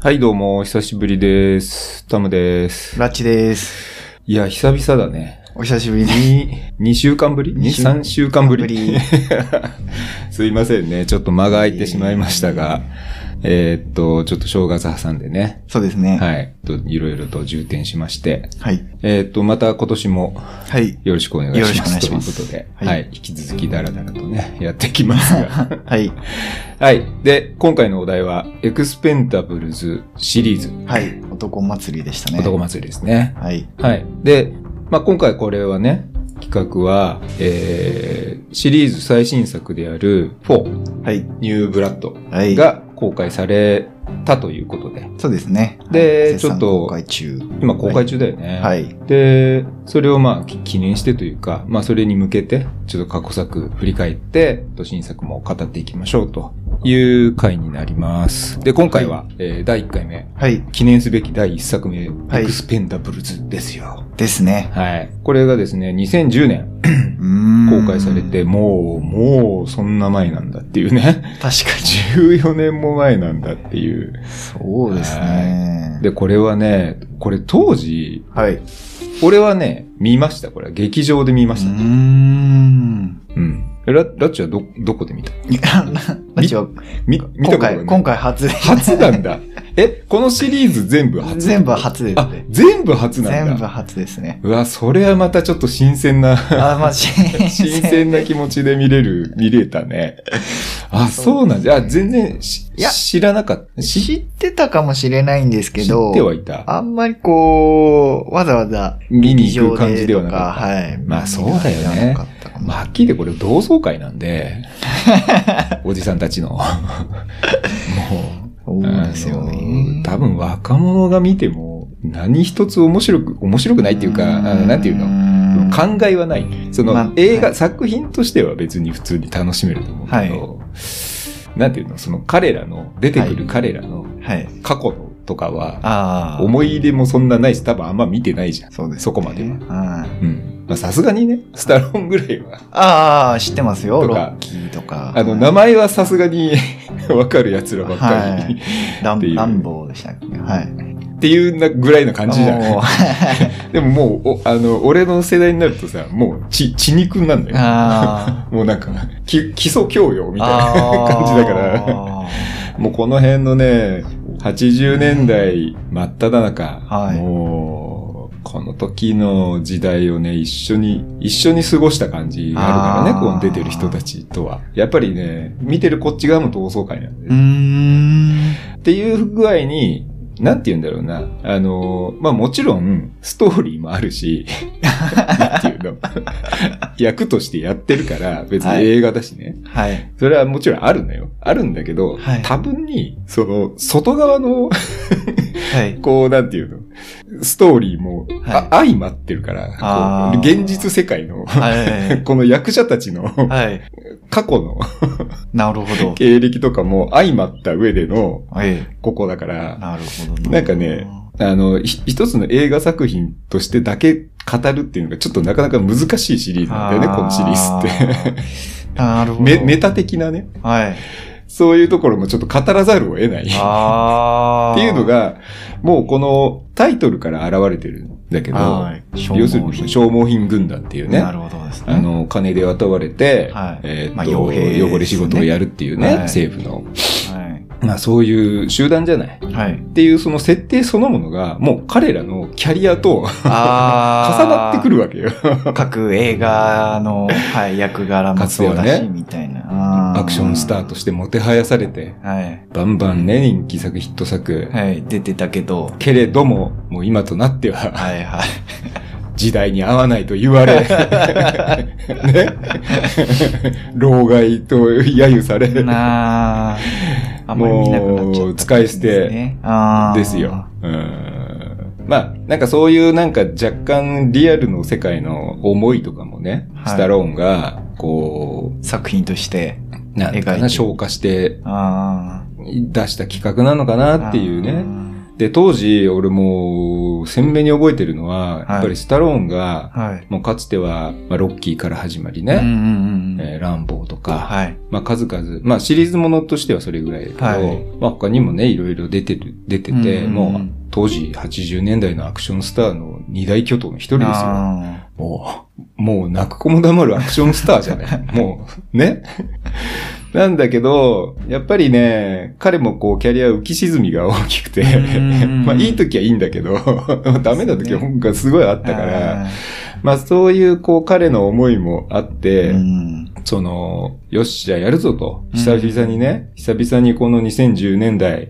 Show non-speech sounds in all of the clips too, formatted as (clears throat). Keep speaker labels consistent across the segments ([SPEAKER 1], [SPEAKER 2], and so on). [SPEAKER 1] はい、どうも、お久しぶりです。タムです。
[SPEAKER 2] ラッチです。
[SPEAKER 1] いや、久々だね。
[SPEAKER 2] お久しぶりに。
[SPEAKER 1] (laughs) に、2週間ぶり ?2、
[SPEAKER 2] 二週
[SPEAKER 1] 3週間ぶり
[SPEAKER 2] ぶり
[SPEAKER 1] (laughs) すいませんね。ちょっと間が空いてしまいましたが、えーっと、ちょっと正月挟んでね。
[SPEAKER 2] そうですね。はい。
[SPEAKER 1] はい。といろいろと重点しまして。
[SPEAKER 2] はい。
[SPEAKER 1] えーっと、また今年も
[SPEAKER 2] はい。
[SPEAKER 1] よろしくお願いします。
[SPEAKER 2] よろしくお願いします
[SPEAKER 1] ということで、は、
[SPEAKER 2] はいい
[SPEAKER 1] 引き続きダラダラとね、やっていきます
[SPEAKER 2] (laughs)
[SPEAKER 1] が。
[SPEAKER 2] はい。
[SPEAKER 1] はい。で、今回のお題は、エクスペンタブルズシリーズ、
[SPEAKER 2] 男祭りでしたね。
[SPEAKER 1] 男祭りですね。
[SPEAKER 2] はい。
[SPEAKER 1] はい。で、まあ、今回これはね、企画は、えー、シリーズ最新作である4、
[SPEAKER 2] はい。
[SPEAKER 1] ニューブラッド
[SPEAKER 2] はい。、
[SPEAKER 1] が公開されたということで、
[SPEAKER 2] そうですね。
[SPEAKER 1] で
[SPEAKER 2] はい絶賛
[SPEAKER 1] ちょっと
[SPEAKER 2] 公開中。
[SPEAKER 1] 今公開中だよね。
[SPEAKER 2] はい。
[SPEAKER 1] で、それをまあき記念してというか、まあそれに向けて、ちょっと過去作振り返って、と新作も語っていきましょうという回になります。で、今回は、えー第1回目、
[SPEAKER 2] はい。
[SPEAKER 1] 記念すべき第1作目、
[SPEAKER 2] はい
[SPEAKER 1] エクスペンダブルズですよ。
[SPEAKER 2] ですね。
[SPEAKER 1] はい。これがですね、2010年
[SPEAKER 2] うーん
[SPEAKER 1] 公開されて、。もう、もう、そんな前なんだっていうね。 (laughs)
[SPEAKER 2] 確か
[SPEAKER 1] 14年も前なんだっていう。
[SPEAKER 2] に。そうですね。
[SPEAKER 1] で、これはね、これ当時、
[SPEAKER 2] はい。う
[SPEAKER 1] 俺はね、見ました。これは劇場で見ま
[SPEAKER 2] ー
[SPEAKER 1] した。
[SPEAKER 2] ん。
[SPEAKER 1] うん。えララッチはど、どこで見た
[SPEAKER 2] いやラッチは
[SPEAKER 1] 見、見た
[SPEAKER 2] 今
[SPEAKER 1] ことがな
[SPEAKER 2] 回、
[SPEAKER 1] い。
[SPEAKER 2] 今回初で。
[SPEAKER 1] 初なんだ。え、このシリーズ全部初
[SPEAKER 2] 全部初です
[SPEAKER 1] あ
[SPEAKER 2] ね、。
[SPEAKER 1] 全部初なんだ。
[SPEAKER 2] 全部初ですね。
[SPEAKER 1] うわ、それはまたちょっと新鮮な。
[SPEAKER 2] (laughs)
[SPEAKER 1] (laughs)
[SPEAKER 2] あ、まあ、新
[SPEAKER 1] 新鮮な気持ちで見れる、見れたね。あ、そうなんじゃ、あ全然し
[SPEAKER 2] いや
[SPEAKER 1] 知らなかった。し
[SPEAKER 2] 知ってたかもしれないんですけ
[SPEAKER 1] 知
[SPEAKER 2] ど、
[SPEAKER 1] ってはいた。
[SPEAKER 2] あんまりこう、わざわざ
[SPEAKER 1] 見に行く感じではなかった。
[SPEAKER 2] 劇場でとはい。
[SPEAKER 1] まあそうだよね
[SPEAKER 2] 見には行かなかったかも
[SPEAKER 1] まあ、はっきり言ってこれ同窓会なん (laughs) で、おじさんたちの。 (laughs) もう、
[SPEAKER 2] そうですよね。
[SPEAKER 1] あの多分若者が見ても、何一つ面白く、面白くないっていうか、あのなんていうの
[SPEAKER 2] の
[SPEAKER 1] 考えはない。その、
[SPEAKER 2] まあ
[SPEAKER 1] 映画、
[SPEAKER 2] は
[SPEAKER 1] 作品としては別に普通に楽しめると思うけど、なんていうのその彼らの、出てくる彼らの
[SPEAKER 2] はい。
[SPEAKER 1] 過去のとかは、
[SPEAKER 2] ああ。
[SPEAKER 1] 思い入れもそんなないし、多分あんま見てないじゃん。
[SPEAKER 2] そうですね。
[SPEAKER 1] そこまでは
[SPEAKER 2] はい
[SPEAKER 1] うん。まあさすがにね、スタローンぐらいは、
[SPEAKER 2] ああ、知ってますよ。
[SPEAKER 1] と
[SPEAKER 2] ロ
[SPEAKER 1] か
[SPEAKER 2] ッキーとか。
[SPEAKER 1] あの、名前はさすがに (laughs) わかる奴らばっかり、
[SPEAKER 2] は
[SPEAKER 1] っ
[SPEAKER 2] ラ
[SPEAKER 1] ていう
[SPEAKER 2] ンランボーでしたっけはい。
[SPEAKER 1] っていうなぐらいの感じじゃ
[SPEAKER 2] あも
[SPEAKER 1] な
[SPEAKER 2] うあ
[SPEAKER 1] いでももう、おあの、俺の世代になるとさ、もう、血、血肉なん (laughs) だよ。
[SPEAKER 2] あ。
[SPEAKER 1] もうなんか、き基礎教養みたいな。
[SPEAKER 2] な
[SPEAKER 1] (laughs) 感じだから。もうこの辺のね、80年代真っ只中、
[SPEAKER 2] はい
[SPEAKER 1] もう、この時の時代をね、一緒に、一緒に過ごした感じがあるからね、
[SPEAKER 2] あー
[SPEAKER 1] この出てる人たちとは。やっぱりね、見てるこっち側も同窓会なんで、
[SPEAKER 2] うーん。
[SPEAKER 1] っていう具合に、なんて言うんだろうな。あの、まあ、もちろん、ストーリーもある
[SPEAKER 2] (laughs)
[SPEAKER 1] し、なんていうの役としてやってるから、別に映画だしね。
[SPEAKER 2] はい。
[SPEAKER 1] それはもちろんあるのよ。あるんだけど、
[SPEAKER 2] はい
[SPEAKER 1] 多分に、その、外側の、 (laughs)
[SPEAKER 2] はい。
[SPEAKER 1] こう、なんていうの、ストーリーも、あ相まってるから
[SPEAKER 2] あ、
[SPEAKER 1] こ
[SPEAKER 2] ー
[SPEAKER 1] う現実世界の、 (laughs)
[SPEAKER 2] はい。
[SPEAKER 1] この役者たちの
[SPEAKER 2] はい。
[SPEAKER 1] 過去の
[SPEAKER 2] なるほ
[SPEAKER 1] (laughs)
[SPEAKER 2] ど。
[SPEAKER 1] 経歴とかも相まった上での、
[SPEAKER 2] え
[SPEAKER 1] ここだか
[SPEAKER 2] え。
[SPEAKER 1] ら、
[SPEAKER 2] なるほど
[SPEAKER 1] なんかね、あの、ひ一つの映画作品としてだけ語るっていうのがちょっとなかなか難しいシリーズなんだよね、このシリーズって。 (laughs)
[SPEAKER 2] って。なるほど。
[SPEAKER 1] メメタ的なね、
[SPEAKER 2] はい。
[SPEAKER 1] そういうところもちょっと語らざるを得ない。
[SPEAKER 2] ああ。
[SPEAKER 1] っていうの、が、もうこのタイトルから現れてるんだけど、
[SPEAKER 2] はい。
[SPEAKER 1] 要するに
[SPEAKER 2] 消
[SPEAKER 1] 消耗品軍団っていう
[SPEAKER 2] 防
[SPEAKER 1] ね、
[SPEAKER 2] な
[SPEAKER 1] あ
[SPEAKER 2] るほどですね。
[SPEAKER 1] の、金で雇われて、
[SPEAKER 2] はい
[SPEAKER 1] えーっと
[SPEAKER 2] まあ傭兵ですね
[SPEAKER 1] 汚れ仕事をやるっていうね、
[SPEAKER 2] はい
[SPEAKER 1] 政府の。
[SPEAKER 2] は
[SPEAKER 1] まあそういう集団じゃない。
[SPEAKER 2] い。はい。
[SPEAKER 1] っていうその設定そのものが、もう彼らのキャリアと (laughs) 重
[SPEAKER 2] ああ。
[SPEAKER 1] なってく
[SPEAKER 2] る。
[SPEAKER 1] るわけよ。
[SPEAKER 2] 各映画の、はい、役柄もそうだ
[SPEAKER 1] 活
[SPEAKER 2] し、
[SPEAKER 1] 用
[SPEAKER 2] みたいな。あー
[SPEAKER 1] アクションスターとしてもてはやされて、
[SPEAKER 2] はい。
[SPEAKER 1] バンバンね、人気作、ヒット作。
[SPEAKER 2] はい。出てたけど、
[SPEAKER 1] けれども、もう今となっては、
[SPEAKER 2] はいはい。
[SPEAKER 1] (laughs) 時代に合わないと言わ
[SPEAKER 2] (laughs)
[SPEAKER 1] れ、ね、老害と揶揄され、
[SPEAKER 2] なあ。あんまり見なくなっちゃった、
[SPEAKER 1] もう使い捨て
[SPEAKER 2] あー
[SPEAKER 1] ですよ。。うんまあ、なんかそういうなんか若干リアルの世界の思いとかもね、
[SPEAKER 2] はい
[SPEAKER 1] スタローンが、こ
[SPEAKER 2] 作品として。
[SPEAKER 1] う、なんていうか
[SPEAKER 2] 描い
[SPEAKER 1] な、
[SPEAKER 2] て
[SPEAKER 1] 消化して
[SPEAKER 2] あ
[SPEAKER 1] 出した企画なのかな
[SPEAKER 2] あ。
[SPEAKER 1] っていうね。
[SPEAKER 2] ね。
[SPEAKER 1] で、当時、俺も、鮮明に覚えてるのは、やっぱりスタローンが、
[SPEAKER 2] はい。
[SPEAKER 1] もうかつては、まあ、ロッキーから始まりね、
[SPEAKER 2] うんうんうんうん。
[SPEAKER 1] えーランボーとか、
[SPEAKER 2] はい。
[SPEAKER 1] まあ、数々、まあ、シリーズものとしてはそれぐらいだけど、
[SPEAKER 2] はい
[SPEAKER 1] まあ、他にもね、いろいろ出てる、出てて、
[SPEAKER 2] うんうん
[SPEAKER 1] もう、当時80年代のアクションスターの二大巨頭の一人ですよ。
[SPEAKER 2] あ
[SPEAKER 1] もう、もう泣く子も黙るアクションスターじゃない。
[SPEAKER 2] (laughs)
[SPEAKER 1] もう、ね。なんだけど、やっぱりね、彼もこう、キャリア浮き沈みが大きくて
[SPEAKER 2] うんうんう、
[SPEAKER 1] (laughs)
[SPEAKER 2] ん
[SPEAKER 1] まあ、いい時はいいんだけど、ダメな時は本がすごいあっ
[SPEAKER 2] ー
[SPEAKER 1] たから、
[SPEAKER 2] あ
[SPEAKER 1] まあ、そういうこう、彼の思いもあって、
[SPEAKER 2] ーうん
[SPEAKER 1] その、よし、じゃあやるぞと。
[SPEAKER 2] うん
[SPEAKER 1] 久々にね、久々にこの2010年
[SPEAKER 2] (clears throat)
[SPEAKER 1] 代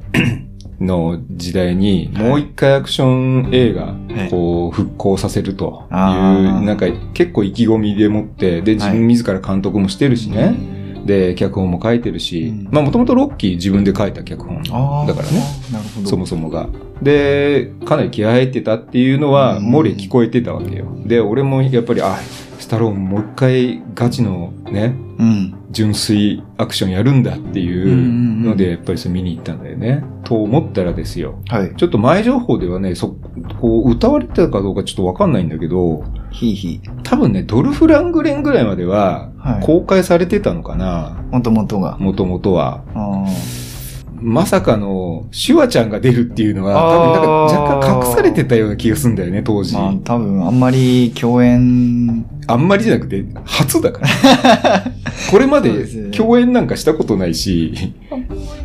[SPEAKER 1] の時代に、もう一回アクション映画
[SPEAKER 2] はい、
[SPEAKER 1] こう、復興させるという、
[SPEAKER 2] あー
[SPEAKER 1] なんか結構意気込みでもって、で、自
[SPEAKER 2] はい
[SPEAKER 1] 分自ら監督もしてるしね、
[SPEAKER 2] うん
[SPEAKER 1] で、脚本も書いてるし
[SPEAKER 2] うん、
[SPEAKER 1] まあもともとロッキー自分で書いた脚本
[SPEAKER 2] あー
[SPEAKER 1] だからね、。
[SPEAKER 2] なるほど。
[SPEAKER 1] そもそもが。で、かなり気合入ってたっていうのは、
[SPEAKER 2] うん
[SPEAKER 1] 漏れ聞こえてたわけよ。で、俺もやっぱり、あ、スタローンもう一回ガチのね、
[SPEAKER 2] うん。
[SPEAKER 1] 純粋アクションやるんだってい
[SPEAKER 2] うんうん
[SPEAKER 1] う
[SPEAKER 2] うん
[SPEAKER 1] ので、やっぱりそれ見に行ったんだよね。と思ったらですよ。
[SPEAKER 2] はい。
[SPEAKER 1] ちょっと前情報ではね、そ、こう、歌われてたかどうかちょっとわかんないんだけど、
[SPEAKER 2] ひいひい。
[SPEAKER 1] 多分ね、ドルフ・ラングレンぐらいまでは、
[SPEAKER 2] はい。
[SPEAKER 1] 公開されてたのかな、
[SPEAKER 2] もともとが。
[SPEAKER 1] もともとは。
[SPEAKER 2] あ
[SPEAKER 1] まさかの、シュワちゃんが出るっていうのは、多分なんか
[SPEAKER 2] あー
[SPEAKER 1] 若干隠されてたような気がするんだよね、当
[SPEAKER 2] ー
[SPEAKER 1] 時。
[SPEAKER 2] まあ、多分、あんまり共演、
[SPEAKER 1] あんまりじゃなくて、初だ
[SPEAKER 2] (laughs)
[SPEAKER 1] から。これま
[SPEAKER 2] そう
[SPEAKER 1] で
[SPEAKER 2] ですね
[SPEAKER 1] 共演なんかしたことないし、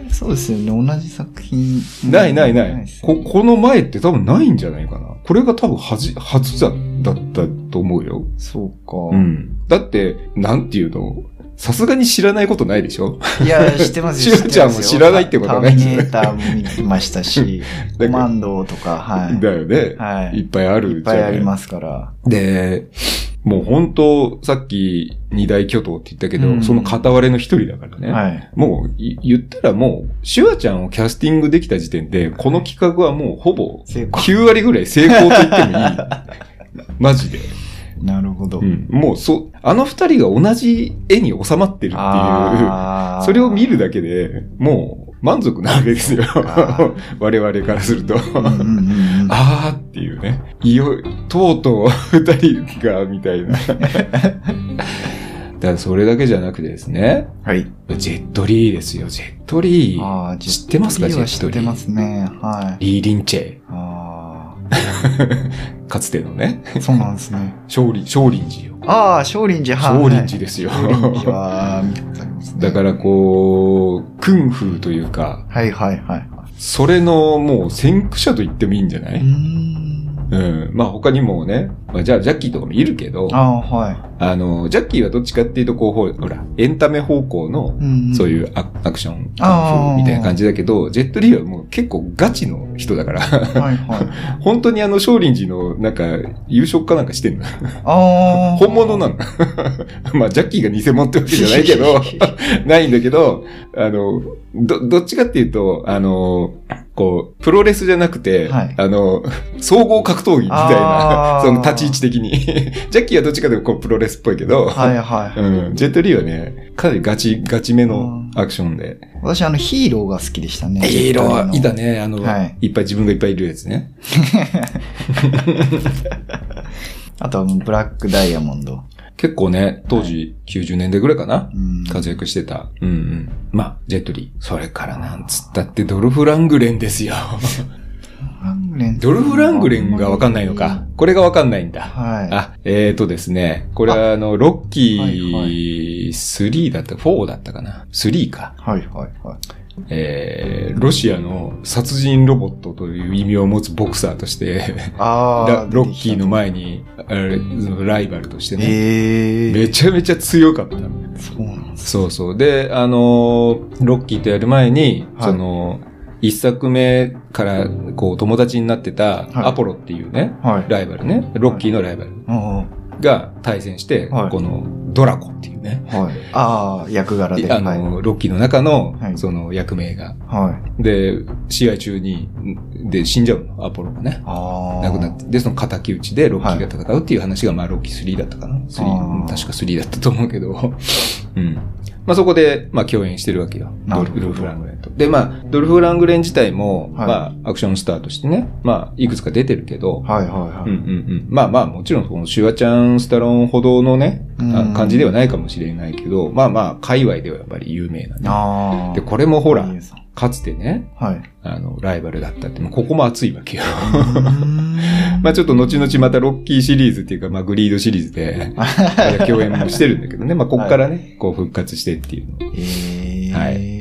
[SPEAKER 2] そうですよね。同じ作品。
[SPEAKER 1] ないないない
[SPEAKER 2] ですね
[SPEAKER 1] こ。この前って多分ないんじゃないかな。これが多分はじ、初だだったと思うよ。
[SPEAKER 2] そうか。
[SPEAKER 1] うん。だって、なんていうのさすがに知らないことないでし
[SPEAKER 2] (laughs)
[SPEAKER 1] ょ
[SPEAKER 2] いや、知ってますよ。
[SPEAKER 1] (laughs) しゅうちゃんも知らないってことはない
[SPEAKER 2] で
[SPEAKER 1] ですす
[SPEAKER 2] ね。
[SPEAKER 1] ね
[SPEAKER 2] ターミネーターも見てましたし、
[SPEAKER 1] (laughs) だ
[SPEAKER 2] コ
[SPEAKER 1] か
[SPEAKER 2] マ
[SPEAKER 1] ら
[SPEAKER 2] ンドとか、はい。
[SPEAKER 1] だよね。
[SPEAKER 2] はい。
[SPEAKER 1] いっぱいある
[SPEAKER 2] いっぱいあり
[SPEAKER 1] す
[SPEAKER 2] ますから。
[SPEAKER 1] で、もう本当、さっき二大巨頭って言ったけど、
[SPEAKER 2] うん
[SPEAKER 1] その片割れの一人だからね。
[SPEAKER 2] はい。
[SPEAKER 1] もうい、言ったらもう、シュワちゃんをキャスティングできた時点で、この企画はもうほぼ
[SPEAKER 2] 成功。
[SPEAKER 1] 9割ぐらい成功と言っ
[SPEAKER 2] (laughs)
[SPEAKER 1] てもいい。マジで。
[SPEAKER 2] なるほど。
[SPEAKER 1] うん。もう、そ、あの二人が同じ絵に収まってるっていう、
[SPEAKER 2] あー
[SPEAKER 1] それを見るだけで、もう満足なわけですよ
[SPEAKER 2] あー。
[SPEAKER 1] (laughs) 我々からすると。
[SPEAKER 2] うんうんうんうん
[SPEAKER 1] あーっていうね。いよ、とうとう二人が、みたい
[SPEAKER 2] (laughs)
[SPEAKER 1] な。だからそれだけじゃなくてですね。
[SPEAKER 2] はい。
[SPEAKER 1] ジェットリーですよ、ジェットリー。
[SPEAKER 2] あージェ
[SPEAKER 1] 知
[SPEAKER 2] ッ
[SPEAKER 1] ってますか
[SPEAKER 2] トリーは
[SPEAKER 1] ジェッ
[SPEAKER 2] 知
[SPEAKER 1] ト
[SPEAKER 2] っ
[SPEAKER 1] リー
[SPEAKER 2] てますね。はい。
[SPEAKER 1] リー・リンチ
[SPEAKER 2] (laughs)
[SPEAKER 1] ェ
[SPEAKER 2] あ
[SPEAKER 1] かつてのね、 (laughs)
[SPEAKER 2] あ、そうなんですね。
[SPEAKER 1] 少林、少林寺よ。
[SPEAKER 2] ああ、少林寺、はい。
[SPEAKER 1] 少林寺ですよ。
[SPEAKER 2] 少林寺は、見たことありますね。
[SPEAKER 1] だからこう、クンフーというか、
[SPEAKER 2] はいはいはい。
[SPEAKER 1] それのもう先駆者と言ってもいいんじゃな
[SPEAKER 2] うー
[SPEAKER 1] い
[SPEAKER 2] ん。
[SPEAKER 1] うん。まあ他にもね、まあ、じゃあジャッキーとかもいるけど、
[SPEAKER 2] ああ、はい。
[SPEAKER 1] あの、ジャッキーはどっちかっていうと、こう、ほほら、エンタメ方向の、そう
[SPEAKER 2] う
[SPEAKER 1] い
[SPEAKER 2] ん。
[SPEAKER 1] うアアクション、
[SPEAKER 2] あー
[SPEAKER 1] みたいな感じだけど、ジェットリーはもう結構ガチの人だから、 (laughs)
[SPEAKER 2] はいはい。
[SPEAKER 1] 本当にあの、少林寺の、なんか、優勝かなんかしてんの。
[SPEAKER 2] ああ。
[SPEAKER 1] 本物なの。 (laughs) まあ、ジャッキーが偽物ってわけじゃないけど、ないんだけど、あの、ど、どっちかっていうと、あの、こう、プロレスじゃなくて、
[SPEAKER 2] はい
[SPEAKER 1] あの、総合格闘技みたいな、(laughs)
[SPEAKER 2] あー
[SPEAKER 1] その立ち位置的に。ジャッキーはどっちかというとこうプロレスっぽいけど、
[SPEAKER 2] (laughs) はいはい。
[SPEAKER 1] うん、ジェットリーはね、かなりガチ、ガチめのアクションで。
[SPEAKER 2] 私、あの、ヒーローが好きでしたね。
[SPEAKER 1] ヒーロー、いた
[SPEAKER 2] ね。
[SPEAKER 1] ね、あの、
[SPEAKER 2] はい
[SPEAKER 1] いっぱい自分がいっぱいいるやつね。
[SPEAKER 2] あとは、ブラックダイヤモンド。
[SPEAKER 1] 結構ね、当時90年代ぐらいかな、
[SPEAKER 2] うん
[SPEAKER 1] 活躍してた。うんうん。まあ、ジェットリー。それからなんつったってドルフ・ラングレンですよ。
[SPEAKER 2] ラングレン
[SPEAKER 1] ドルフ・ラングレンがわかんないのか。。これがわかんないんだ。
[SPEAKER 2] は
[SPEAKER 1] あ、えーとですね。これはあの、ロッキ
[SPEAKER 2] はいは
[SPEAKER 1] ー3だった、4だったかな。3か
[SPEAKER 2] い。。はいはいはい。
[SPEAKER 1] えー、ロシアの殺人ロボットという意味を持つボクサーとして、
[SPEAKER 2] あ
[SPEAKER 1] ラ
[SPEAKER 2] あ。
[SPEAKER 1] ロッキーの前に、あれライバルとしてね。
[SPEAKER 2] ええ。
[SPEAKER 1] めちゃめちゃ強かった。
[SPEAKER 2] そうなんです。
[SPEAKER 1] そうそう。で、あのーロッキーとやる前に、
[SPEAKER 2] はい
[SPEAKER 1] その、一作目から、こう、友達になってた、
[SPEAKER 2] はい
[SPEAKER 1] アポロっていうね、
[SPEAKER 2] はい。
[SPEAKER 1] ライバルね、ロッキーのライバル
[SPEAKER 2] あ
[SPEAKER 1] が対戦して、
[SPEAKER 2] はい
[SPEAKER 1] この、ドラコっていうね、
[SPEAKER 2] あ、はい。ああ、役柄で。
[SPEAKER 1] あ
[SPEAKER 2] はい
[SPEAKER 1] のーロッキーの中の
[SPEAKER 2] は、い
[SPEAKER 1] その、役名が。
[SPEAKER 2] はい。
[SPEAKER 1] で、試合中に、で、死んじゃうの、アポロがね。
[SPEAKER 2] ああ。
[SPEAKER 1] 亡くなって、で、その敵討ちでロッキーが戦うっていう話が、まあ、ロッキー3だったかな。3
[SPEAKER 2] あ
[SPEAKER 1] 確
[SPEAKER 2] ー
[SPEAKER 1] か3だったと思うけど。うん。まあ、そこで、まあ、共演してるわけよ。
[SPEAKER 2] な
[SPEAKER 1] ド
[SPEAKER 2] るほど
[SPEAKER 1] ルフ・ラングレンと。で、まあ、ドルフ・ラングレン自体も、
[SPEAKER 2] はい
[SPEAKER 1] まあ、アクションスターとしてね、まあ、いくつか出てるけど、
[SPEAKER 2] は
[SPEAKER 1] う
[SPEAKER 2] いはい
[SPEAKER 1] んう
[SPEAKER 2] は
[SPEAKER 1] んうん。まあまあ、もちろん、このシュワちゃん、スタローンほどのね、
[SPEAKER 2] い。
[SPEAKER 1] あ感じで
[SPEAKER 2] は。
[SPEAKER 1] はないかもしれないけど、まあまあ、界隈ではやっぱり有名なね。
[SPEAKER 2] ああ。
[SPEAKER 1] で、これもほら
[SPEAKER 2] いい、です
[SPEAKER 1] かつてね、 (laughs)
[SPEAKER 2] はい。
[SPEAKER 1] あの、ライバルだったって、まあここも熱いわけよ。 (laughs) ま
[SPEAKER 2] ま
[SPEAKER 1] あちょっと後々またロッキーシリーズっていうか、まあグリードシリーズ
[SPEAKER 2] (laughs)
[SPEAKER 1] で、共演もしてるんだけどね、まあここからね、こう復活してっていうの。
[SPEAKER 2] えー。
[SPEAKER 1] は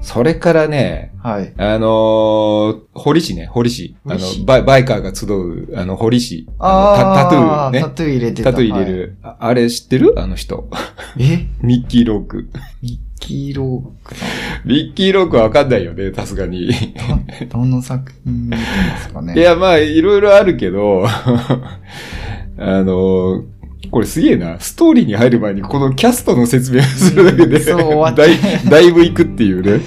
[SPEAKER 1] それからね、
[SPEAKER 2] はい。
[SPEAKER 1] あのー堀市ね、堀市。あの
[SPEAKER 2] 堀市、
[SPEAKER 1] バイバイカーが集う、あの、堀市。
[SPEAKER 2] あ
[SPEAKER 1] あのタ
[SPEAKER 2] あ、
[SPEAKER 1] タトゥー
[SPEAKER 2] タ
[SPEAKER 1] ね。
[SPEAKER 2] トゥー入れてた。
[SPEAKER 1] タトゥー入れる。ああれ知ってるあの人。 (laughs)
[SPEAKER 2] はい。え
[SPEAKER 1] ミッキー・ローク。
[SPEAKER 2] ミッキーロークさ
[SPEAKER 1] ミッキー・ロークはわかんないよね、さすがに。い (laughs)
[SPEAKER 2] ん。どの作品見てますかね。
[SPEAKER 1] や、まあ、いろいろあるけど、 (laughs) あのーこれすげえな。ストーリーに入る前にこのキャストの説明をするだけで、
[SPEAKER 2] うんそう終
[SPEAKER 1] (laughs)
[SPEAKER 2] わっち
[SPEAKER 1] だ
[SPEAKER 2] ゃう
[SPEAKER 1] いだいぶいくっていうね。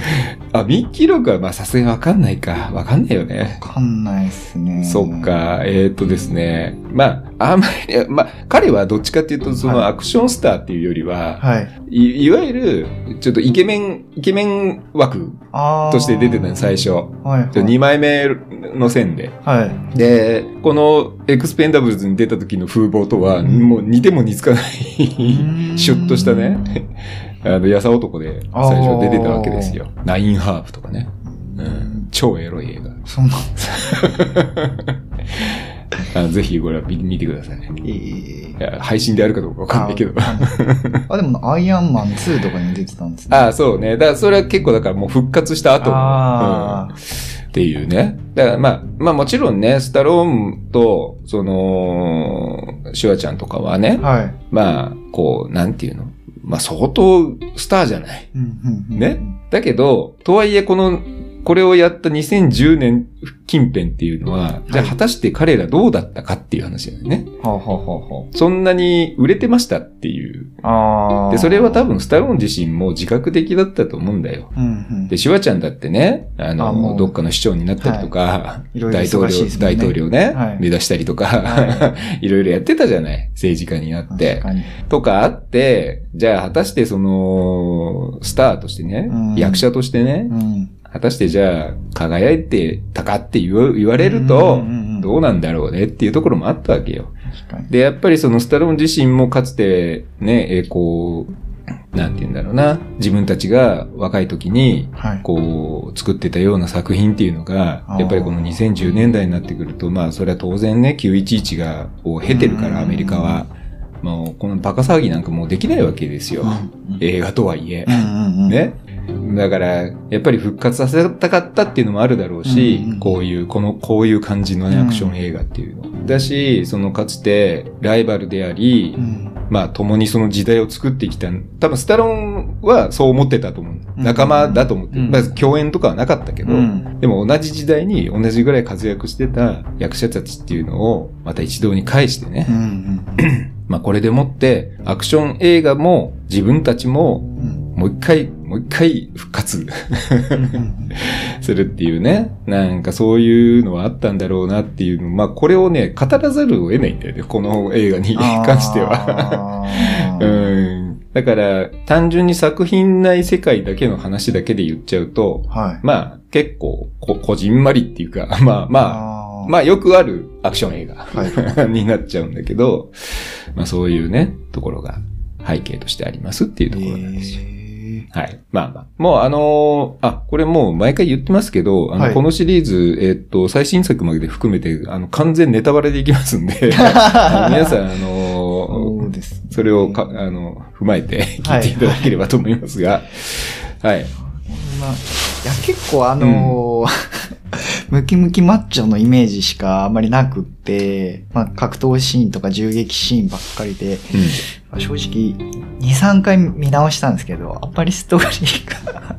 [SPEAKER 1] あ、ミッキー・ロークはまあさすがにわかんないか。わかんないよね。
[SPEAKER 2] わかんないっすね。
[SPEAKER 1] そっ。か、えーっとですね。まあ、あんまり、えまあ、彼はどっちかっていうと、その
[SPEAKER 2] はい
[SPEAKER 1] アクションスターっていうよりは、
[SPEAKER 2] はい。
[SPEAKER 1] い、いわゆる、ちょっとイケメン、イケメン枠
[SPEAKER 2] ああ。
[SPEAKER 1] として出てたの、最初。ちょ
[SPEAKER 2] はい、はい。
[SPEAKER 1] 2枚目の線で。
[SPEAKER 2] はい。
[SPEAKER 1] で、このエクスペンダブルズに出た時の風貌とは、
[SPEAKER 2] うん
[SPEAKER 1] もう似ても似つかない、シュッとしたね
[SPEAKER 2] うーん。
[SPEAKER 1] あの、やさ男で最初出てたわけですよ。ナインハーフとかね。うん、超エロい映画。 (laughs)
[SPEAKER 2] そんな、
[SPEAKER 1] あぜひご覧、み見てください。
[SPEAKER 2] えー
[SPEAKER 1] いや配信であるかどうかわかんないけど。
[SPEAKER 2] あ、あでも、アイアンマン2とかに出てたんですね。
[SPEAKER 1] ああ、そうね。だから、それは結構、だからもう復活した後、
[SPEAKER 2] あ
[SPEAKER 1] うんっていうね。だから、まあ、まあもちろんね、スタローンと、その、シュワちゃんとかはね、
[SPEAKER 2] はい。
[SPEAKER 1] まあ、こう、なんていうのまあ、相当スターじゃない。
[SPEAKER 2] うんうんうん
[SPEAKER 1] ねだけど、とはいえ、この、これをやった2010年近辺っていうのは、じゃあ
[SPEAKER 2] はい
[SPEAKER 1] 果たして彼らどうだったかっていう話だよね。
[SPEAKER 2] はあ、はあは
[SPEAKER 1] そんなに売れてましたっていう。
[SPEAKER 2] あはあ、あー
[SPEAKER 1] で、それは多、分スタローン自身も自覚的だったと思うんだよ。
[SPEAKER 2] うんうん、
[SPEAKER 1] で、シュワちゃんだってね、あの、
[SPEAKER 2] あもう
[SPEAKER 1] どっかの市長になったりとか、
[SPEAKER 2] いろいろ
[SPEAKER 1] 大統
[SPEAKER 2] 忙しい
[SPEAKER 1] 領、
[SPEAKER 2] ですもん
[SPEAKER 1] 大
[SPEAKER 2] ね
[SPEAKER 1] 統領ね、
[SPEAKER 2] はい
[SPEAKER 1] 目指したりとか、、
[SPEAKER 2] は
[SPEAKER 1] (laughs)
[SPEAKER 2] い
[SPEAKER 1] ろいろやってたじゃない政治家になっ
[SPEAKER 2] 確
[SPEAKER 1] て。
[SPEAKER 2] かに。
[SPEAKER 1] とかあって、じゃあ果たしてその、スターとしてね、
[SPEAKER 2] うん
[SPEAKER 1] 役者としてね
[SPEAKER 2] う、ん。
[SPEAKER 1] 果たしてじゃあ輝いてたかって言わ言われると
[SPEAKER 2] うん、うんうんうん
[SPEAKER 1] どうなんだろうねっていうところもあったわけよ。
[SPEAKER 2] 確かに。
[SPEAKER 1] で、やっぱりそのスタローン自身もかつてね、えーこう、なんて言うんだろうな、自分たちが若い時に、
[SPEAKER 2] はい。
[SPEAKER 1] こう、作ってたような作品っていうのが、やっぱりこの2010年代になってくると、まあ、それは当然ね、911が、を経てるか
[SPEAKER 2] うん
[SPEAKER 1] ら、アメリカは。もう、このバカ騒ぎなんかもうできないわけですよ
[SPEAKER 2] うん。うん
[SPEAKER 1] 映画とはいえ
[SPEAKER 2] う。んうんうん。
[SPEAKER 1] ね。だから、やっぱり復活させたかったっていうのもあるだろうし
[SPEAKER 2] うんうん、
[SPEAKER 1] こういう、この、こういう感じのね、
[SPEAKER 2] うん
[SPEAKER 1] アクション映画っていうの。だし、そのかつて、ライバルであり
[SPEAKER 2] う、ん。
[SPEAKER 1] まあ、共にその時代を作ってきた。多分、スタローンはそう思ってたと思う。
[SPEAKER 2] うん
[SPEAKER 1] 仲間だと思って。
[SPEAKER 2] うん
[SPEAKER 1] まあ、共演とかはなかったけど、
[SPEAKER 2] うん。
[SPEAKER 1] でも同じ時代に同じぐらい活躍してた役者たちっていうのを、また一堂に会してね。
[SPEAKER 2] うん
[SPEAKER 1] まあ、これでもって、アクション映画も自分たちも、
[SPEAKER 2] うん。
[SPEAKER 1] もう一回、もう一回復活 (laughs)
[SPEAKER 2] うん。
[SPEAKER 1] するっていうね。なんかそういうのはあったんだろうなっていうの。まあ、これをね、語らざるを得ないんだよね。この映画に関しては。
[SPEAKER 2] は
[SPEAKER 1] うんだから、単純に作品内世界だけの話だけで言っちゃうと、
[SPEAKER 2] はい。
[SPEAKER 1] まあ、結構こ、こじんまりっていうか、 (laughs) まあま
[SPEAKER 2] あ
[SPEAKER 1] あ、
[SPEAKER 2] ー
[SPEAKER 1] まあよくあるアクション映画
[SPEAKER 2] はい。
[SPEAKER 1] (laughs) になっちゃうんだけど、まあそういうね、ところが背景としてありますっていうところなんですよ。
[SPEAKER 2] え
[SPEAKER 1] はい。まあまあ。もうあのーあ、これもう毎回言ってますけど、あの、
[SPEAKER 2] はい
[SPEAKER 1] このシリーズ、えーっと、最新作まで含めて、あの、完全ネタバレでいきます
[SPEAKER 2] (laughs)
[SPEAKER 1] んで、あの皆さん、あのー
[SPEAKER 2] ーそうですね。
[SPEAKER 1] それをか、あの、踏まえて聞いていただければと思いますが、はい。
[SPEAKER 2] まあ、いや、結構あのームキムキマッチョのイメージしかあんまりなくって、まあ、格闘シーンとか銃撃シーンばっかりで、まあ正直、2、3回見直したんですけど、あんまりストーリーが、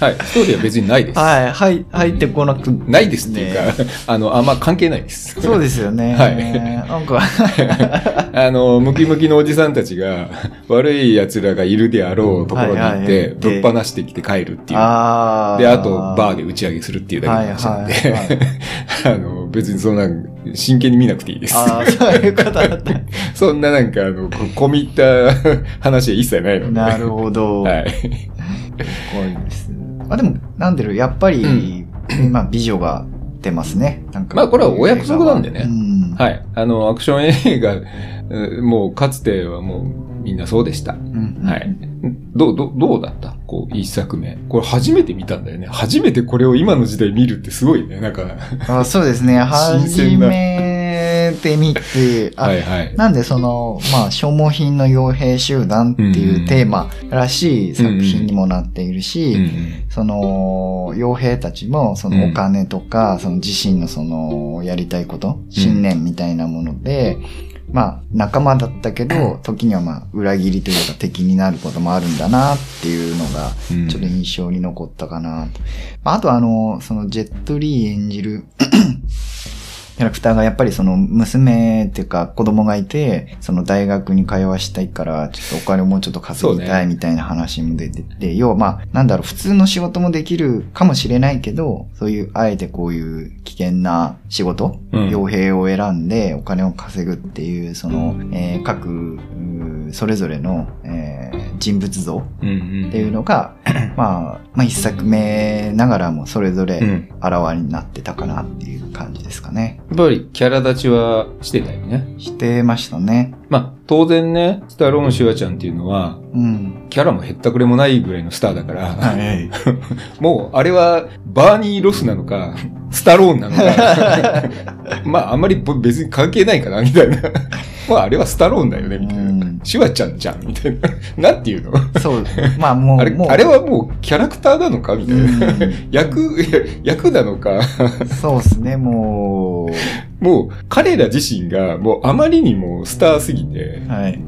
[SPEAKER 1] はい。ストーリーは別にないです。
[SPEAKER 2] はい、はい、入ってこなくて
[SPEAKER 1] ないですっていうか、あの、あんま関係ないです。
[SPEAKER 2] そうですよね。
[SPEAKER 1] はい
[SPEAKER 2] なんか、
[SPEAKER 1] (laughs) あの、ムキムキのおじさんたちが、悪い奴らがいるであろうところに行っ
[SPEAKER 2] はいはい
[SPEAKER 1] て
[SPEAKER 2] は、い
[SPEAKER 1] ぶっ放してきて帰るっていう。
[SPEAKER 2] あ
[SPEAKER 1] で、あと、バー
[SPEAKER 2] で
[SPEAKER 1] で打ち上げするっていうだ
[SPEAKER 2] は
[SPEAKER 1] け
[SPEAKER 2] い
[SPEAKER 1] の話なん
[SPEAKER 2] は
[SPEAKER 1] で、
[SPEAKER 2] い、はい。
[SPEAKER 1] (laughs) あの、別にそんな、真剣に見なくていいです。
[SPEAKER 2] ああ、そういうことだった。
[SPEAKER 1] (laughs) そんななんか、あの、こ込み入った話は一切ないので。
[SPEAKER 2] なるほど。
[SPEAKER 1] はい。
[SPEAKER 2] 怖いです。あ、でも、なんでる、やっぱり、まあ、美女が出ますね。なんか。
[SPEAKER 1] まあこれはお約束なんでね
[SPEAKER 2] うん。
[SPEAKER 1] はい。あの、アクション映画、えーもうかつてはもうみんなそうでした。
[SPEAKER 2] うんうん
[SPEAKER 1] はい。どう、どう、どうだったこう、一作目。これ初めて見たんだよね。初めてこれを今の時代見るってすごいね。なんか、
[SPEAKER 2] あそうですね。
[SPEAKER 1] 新
[SPEAKER 2] 初
[SPEAKER 1] 鮮な
[SPEAKER 2] めて見て、あ、
[SPEAKER 1] はいはい。
[SPEAKER 2] なんでその、まあ、消耗品の傭兵集団っていうテーマらしい作品にもなっているし、
[SPEAKER 1] うんうん
[SPEAKER 2] その、傭兵たちも、そのお金とか、その自身のその、やりたいこと、信念みたいなもので、まあ、仲間だったけど、時にはまあ、裏切りというか敵になることもあるんだなっていうのが、
[SPEAKER 1] うん
[SPEAKER 2] ちょっと印象に残ったかなと。まああとあの、そのジェットリー演じる (clears throat) キャラクターがやっぱりその娘っていうか子供がいて、その大学に通わしたいから、ちょっとお金をもうちょっと稼ぎ
[SPEAKER 1] そう
[SPEAKER 2] たい
[SPEAKER 1] ね
[SPEAKER 2] みたいな話も出てて、要はまあ、なんだろう、普通の仕事もできるかもしれないけど、そういう、あえてこういう危険な仕事、
[SPEAKER 1] うん
[SPEAKER 2] 傭兵を選んでお金を稼ぐっていう、その、えー各、うーそれぞれの、えー人物像
[SPEAKER 1] うんうん
[SPEAKER 2] っていうのが、まあ、まあ一作目ながらもそれぞ
[SPEAKER 1] うん
[SPEAKER 2] れあらわになってたかなっていう感じですかね。
[SPEAKER 1] やっぱりキャラ立ちはしてたよね。
[SPEAKER 2] してましたね。
[SPEAKER 1] まあ、当然ね、スタローン・シュワちゃんっていうのは、
[SPEAKER 2] うん。
[SPEAKER 1] キャラもへったくれもないぐらいのスターだから、
[SPEAKER 2] はい。
[SPEAKER 1] もう、あれは、バーニー・ロスなの
[SPEAKER 2] (laughs)
[SPEAKER 1] か、スタローンなのか、まあ、あんまりぼ別に関係ないかな、みたいな。
[SPEAKER 2] (laughs)
[SPEAKER 1] まあ、あれはスタローンだよね、みたいな
[SPEAKER 2] うん。
[SPEAKER 1] シュワちゃんじゃん、みたいな。 (laughs) なんていうの
[SPEAKER 2] そう。まあもう、
[SPEAKER 1] あれ
[SPEAKER 2] もう
[SPEAKER 1] あれはもうキャラクターなのかみたいな。
[SPEAKER 2] う
[SPEAKER 1] (laughs) 役、役なのか、 (laughs)
[SPEAKER 2] ん、そうですね、も
[SPEAKER 1] もう彼ら自身がもうあまりにもスターすぎて
[SPEAKER 2] う、、はい。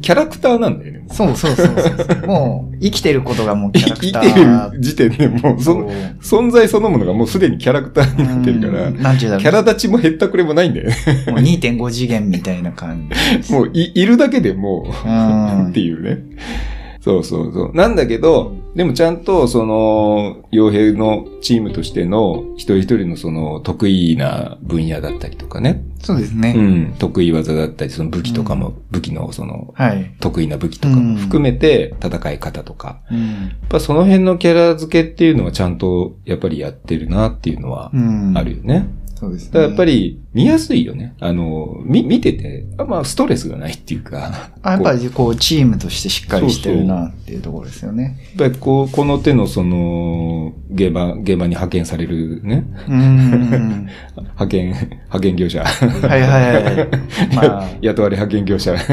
[SPEAKER 1] キャラクターなんだよね。
[SPEAKER 2] そうそうそうそうそう。もう、生きてることがもうキャ
[SPEAKER 1] 生
[SPEAKER 2] ラク
[SPEAKER 1] き
[SPEAKER 2] タ
[SPEAKER 1] て
[SPEAKER 2] ー。
[SPEAKER 1] る時点でもうその、存在そのものがもうすでにキャラクターになってるから、
[SPEAKER 2] うんなんていうんだろう。
[SPEAKER 1] キャラ立ちもへったくれもないんだよね。
[SPEAKER 2] もう2.5次元みたいな感じ。
[SPEAKER 1] もういいるだけでも
[SPEAKER 2] う
[SPEAKER 1] う、
[SPEAKER 2] ん
[SPEAKER 1] って。いうね。そうそうそう。なんだけど、でもちゃんと、その、傭兵のチームとしての、一人一人のその、得意な分野だったりとかね。
[SPEAKER 2] そうですね。
[SPEAKER 1] うん、得意技だったり、その武器とかも、武器のその、
[SPEAKER 2] はい。
[SPEAKER 1] 得意な武器とかも含めて、戦い方とか。
[SPEAKER 2] うん。
[SPEAKER 1] やっぱその辺のキャラ付けっていうのはちゃんと、やっぱりやってるなっていうのは
[SPEAKER 2] う、ん。
[SPEAKER 1] あるよね。
[SPEAKER 2] そうですね。
[SPEAKER 1] だからやっぱり、見やすいよね。あの、み、見てて、あまあ、ストレスがないっていうか。
[SPEAKER 2] あやっぱりこうチームとしてしっかりしてるなっていうところですよね。
[SPEAKER 1] やっぱりこう、この手のその、現場、現場に派遣されるね、
[SPEAKER 2] うーん。
[SPEAKER 1] 派遣、派遣業者。、
[SPEAKER 2] はいはいはい。まあ
[SPEAKER 1] (laughs) 雇われ派遣業者。
[SPEAKER 2] はい。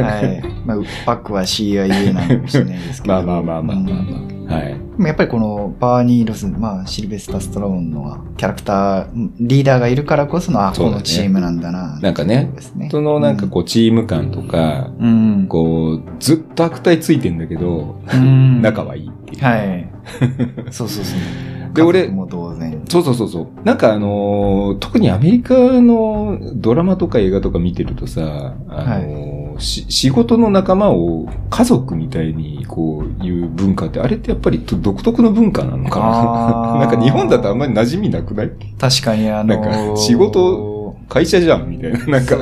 [SPEAKER 2] まあ、バックは CIA なのかもしれないですけど。
[SPEAKER 1] まあまあまあまあまあ
[SPEAKER 2] うん
[SPEAKER 1] まあ。はい。
[SPEAKER 2] でもやっぱりこのバーニー・ロス、まあ、シルベスタ・ストローンのキャラクター、リーダーがいるからこその、あ、
[SPEAKER 1] そう
[SPEAKER 2] こ
[SPEAKER 1] だね
[SPEAKER 2] のチームなんだな、
[SPEAKER 1] なんかね
[SPEAKER 2] そうですね
[SPEAKER 1] そのなんかこう、チーム感とか、
[SPEAKER 2] う、うん。
[SPEAKER 1] こう、ずっと悪態ついてんだけど、
[SPEAKER 2] うん
[SPEAKER 1] 仲はいいっていう。
[SPEAKER 2] はい。
[SPEAKER 1] (laughs)
[SPEAKER 2] そうそうそう。
[SPEAKER 1] で、
[SPEAKER 2] 家
[SPEAKER 1] 俺
[SPEAKER 2] 族、も当然。
[SPEAKER 1] そうそうそうそう。なんかあのー特にアメリカのドラマとか映画とか見てるとさ、あのーし仕事の仲間を家族みたいにこういう文化って、あれってやっぱりと独特の文化なのか
[SPEAKER 2] あ
[SPEAKER 1] な (laughs)
[SPEAKER 2] ー
[SPEAKER 1] なんか日本だとあんまり馴染みなくない
[SPEAKER 2] 確かにあの
[SPEAKER 1] なんか仕事、会社じゃんみたいな。なんか、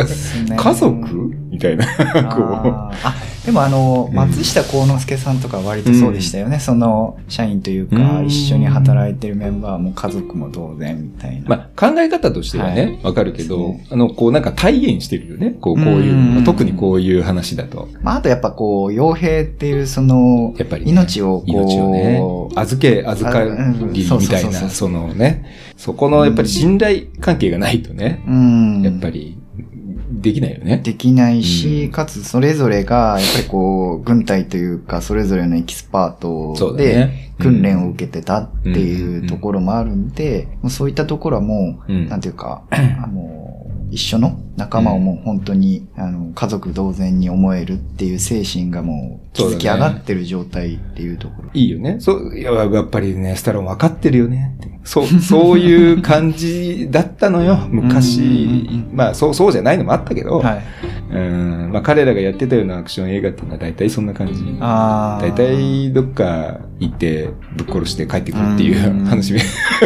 [SPEAKER 1] 家
[SPEAKER 2] 家
[SPEAKER 1] 族みたいな。 (laughs) こ
[SPEAKER 2] あーあでもあの
[SPEAKER 1] うん
[SPEAKER 2] 松下幸之助さんとか割とそうでしたよね、その社員というか、
[SPEAKER 1] うん
[SPEAKER 2] 一緒に働いてるメンバーも家族も当然みたいな、
[SPEAKER 1] まあ、考え方としては
[SPEAKER 2] は
[SPEAKER 1] ね、わ、かるけど、
[SPEAKER 2] そうですね
[SPEAKER 1] あの、こうなんか体現してるよね。こう、こういう、
[SPEAKER 2] うん
[SPEAKER 1] まあ特にこういう話だと。
[SPEAKER 2] まあ、あとやっぱこう傭兵っていうその
[SPEAKER 1] やっぱりね、
[SPEAKER 2] 命をこう
[SPEAKER 1] 命をね、預け、預か
[SPEAKER 2] あうん
[SPEAKER 1] り
[SPEAKER 2] そう
[SPEAKER 1] み
[SPEAKER 2] そ
[SPEAKER 1] た
[SPEAKER 2] うそ
[SPEAKER 1] いう
[SPEAKER 2] そ
[SPEAKER 1] な、
[SPEAKER 2] う
[SPEAKER 1] そのね、そこのやっぱり信頼関係がないとね、
[SPEAKER 2] うん
[SPEAKER 1] やっぱり、できないよね。
[SPEAKER 2] できないし、
[SPEAKER 1] うん
[SPEAKER 2] かつそれぞれがやっぱりこう軍隊というかそれぞれのエキスパー
[SPEAKER 1] そ
[SPEAKER 2] ト
[SPEAKER 1] うだ
[SPEAKER 2] で
[SPEAKER 1] ね。
[SPEAKER 2] 訓練を
[SPEAKER 1] を、
[SPEAKER 2] 受けてたっていうところもあるんで、もうそういったところはもう
[SPEAKER 1] うん
[SPEAKER 2] なんていうか、あの、一緒の仲間をもう本当に、あの、家族同然に思えるっていう精神がもう、
[SPEAKER 1] そうだね
[SPEAKER 2] 築き上がってる状態っていうところ。
[SPEAKER 1] いいよね。そう、いややっぱりね、スタローン分かってるよねって。そう、そういう感じだったのよ、昔
[SPEAKER 2] (laughs) うんうんうん。
[SPEAKER 1] まあ、そう、そうじゃないのもあったけど、
[SPEAKER 2] はい。
[SPEAKER 1] うん、まあ、彼らがやってたようなアクション映画っていうのは大体そんな感じ。
[SPEAKER 2] ああ。
[SPEAKER 1] 大体どっか行ってぶっ殺して帰ってくるってい
[SPEAKER 2] うん
[SPEAKER 1] う話 (laughs)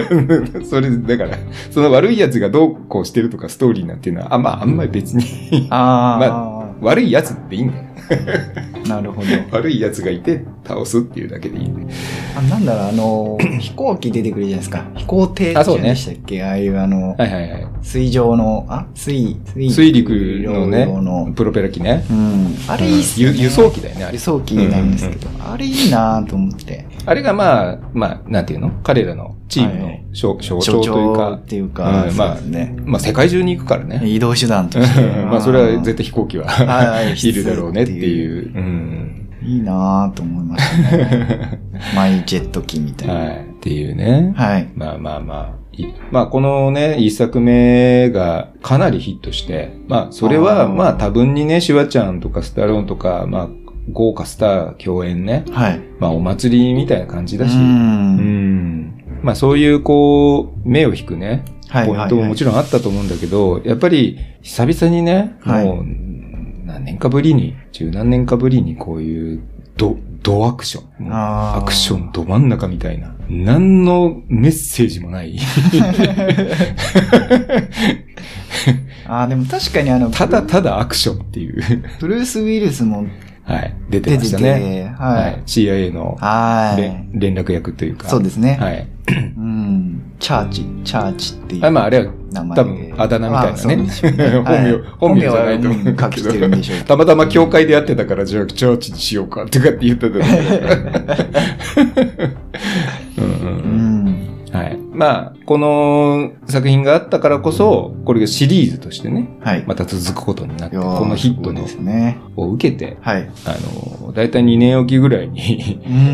[SPEAKER 1] それだからその悪いやつがどうこうしてるとかストーリーなんていうのはあ,、まあ、あんまり別に
[SPEAKER 2] あ
[SPEAKER 1] 悪いやつっていいんだよ
[SPEAKER 2] あ、なるほど。
[SPEAKER 1] 悪いやつがいて倒すっていうだけでいいんだよ
[SPEAKER 2] あなんだろう、あの、飛行機出てくるじゃないですか。飛行艇って
[SPEAKER 1] あそ
[SPEAKER 2] 言
[SPEAKER 1] う
[SPEAKER 2] うん
[SPEAKER 1] ね
[SPEAKER 2] でしたっけああいうあの、
[SPEAKER 1] はいはいは
[SPEAKER 2] 水上の、あ水、水
[SPEAKER 1] い水陸のね
[SPEAKER 2] 両用の
[SPEAKER 1] プロペラ機ね
[SPEAKER 2] うん。あれいいっすよ、
[SPEAKER 1] う
[SPEAKER 2] ね
[SPEAKER 1] ん輸輸送機だよねあ
[SPEAKER 2] 輸
[SPEAKER 1] れ
[SPEAKER 2] 送機なんですけど、あれいいなと思って。
[SPEAKER 1] あれがまあまあなんていうの彼らのチームの象,、象徴という
[SPEAKER 2] 所
[SPEAKER 1] か
[SPEAKER 2] 長っていうか、
[SPEAKER 1] うんまあ
[SPEAKER 2] そうですね。
[SPEAKER 1] まあ世界中に行くからね。
[SPEAKER 2] 移動手段として
[SPEAKER 1] (laughs) まあそれは絶対飛行機
[SPEAKER 2] (laughs)
[SPEAKER 1] は (laughs)
[SPEAKER 2] 対
[SPEAKER 1] いるだろうねって
[SPEAKER 2] う。
[SPEAKER 1] いう。うん。
[SPEAKER 2] いいなと思いまし
[SPEAKER 1] (laughs)
[SPEAKER 2] たね。マイジェット機みたいな。
[SPEAKER 1] はい。っていうね。
[SPEAKER 2] はい。
[SPEAKER 1] まあまあまあ。いまあこのね、一作目がかなりヒットして、まあそれ
[SPEAKER 2] あ
[SPEAKER 1] は
[SPEAKER 2] ー
[SPEAKER 1] まあ多分にね、シュワちゃんとかスタローンとか、まあ豪華スター共演ね、
[SPEAKER 2] はい。
[SPEAKER 1] まあお祭りみたいな感じだし、
[SPEAKER 2] う。
[SPEAKER 1] うんん。まあそういうこう、目を引くね、
[SPEAKER 2] はい
[SPEAKER 1] ポイントももちろんあったと思うんだけど、やっぱり久々にね、
[SPEAKER 2] はい
[SPEAKER 1] もう何年かぶりに、十何年かぶりにこういうド、ドアクション。もう
[SPEAKER 2] あー
[SPEAKER 1] アクションど真ん中みたいな。何のメッセージも
[SPEAKER 2] (laughs)
[SPEAKER 1] ない。
[SPEAKER 2] ああ、でも確かにあの、
[SPEAKER 1] ただただアクションっていう。 (laughs)
[SPEAKER 2] ブルース・ウィルスも
[SPEAKER 1] はい。出て
[SPEAKER 2] 出
[SPEAKER 1] ま
[SPEAKER 2] て、
[SPEAKER 1] してたね。
[SPEAKER 2] は
[SPEAKER 1] はいい。。CIA の
[SPEAKER 2] は
[SPEAKER 1] 連連絡役という
[SPEAKER 2] い。
[SPEAKER 1] か。
[SPEAKER 2] そうですね。
[SPEAKER 1] はい。
[SPEAKER 2] うん。チャーチ、チャーチっていう
[SPEAKER 1] あまああれは
[SPEAKER 2] 名前
[SPEAKER 1] 多
[SPEAKER 2] で。
[SPEAKER 1] 分あだ名みたいなね
[SPEAKER 2] あそうでしょうね
[SPEAKER 1] (laughs) 本名
[SPEAKER 2] はい
[SPEAKER 1] 本名じゃないと思うけど
[SPEAKER 2] 本名は隠してるんでしょうけど
[SPEAKER 1] たまたま教会でやってたから、じゃあ、チャーチにしようかとかって言
[SPEAKER 2] (laughs)
[SPEAKER 1] ってただけうんうう
[SPEAKER 2] うん
[SPEAKER 1] ん
[SPEAKER 2] ん。
[SPEAKER 1] はい。まあ、この作品があったからこそ、これがシリーズとしてね、
[SPEAKER 2] はい。
[SPEAKER 1] また続くことになっ
[SPEAKER 2] い
[SPEAKER 1] て、
[SPEAKER 2] や
[SPEAKER 1] こ
[SPEAKER 2] ー
[SPEAKER 1] のヒット
[SPEAKER 2] そう
[SPEAKER 1] の
[SPEAKER 2] ですね。
[SPEAKER 1] を受けて、
[SPEAKER 2] はい。
[SPEAKER 1] あの、だいたい2年おきぐらいに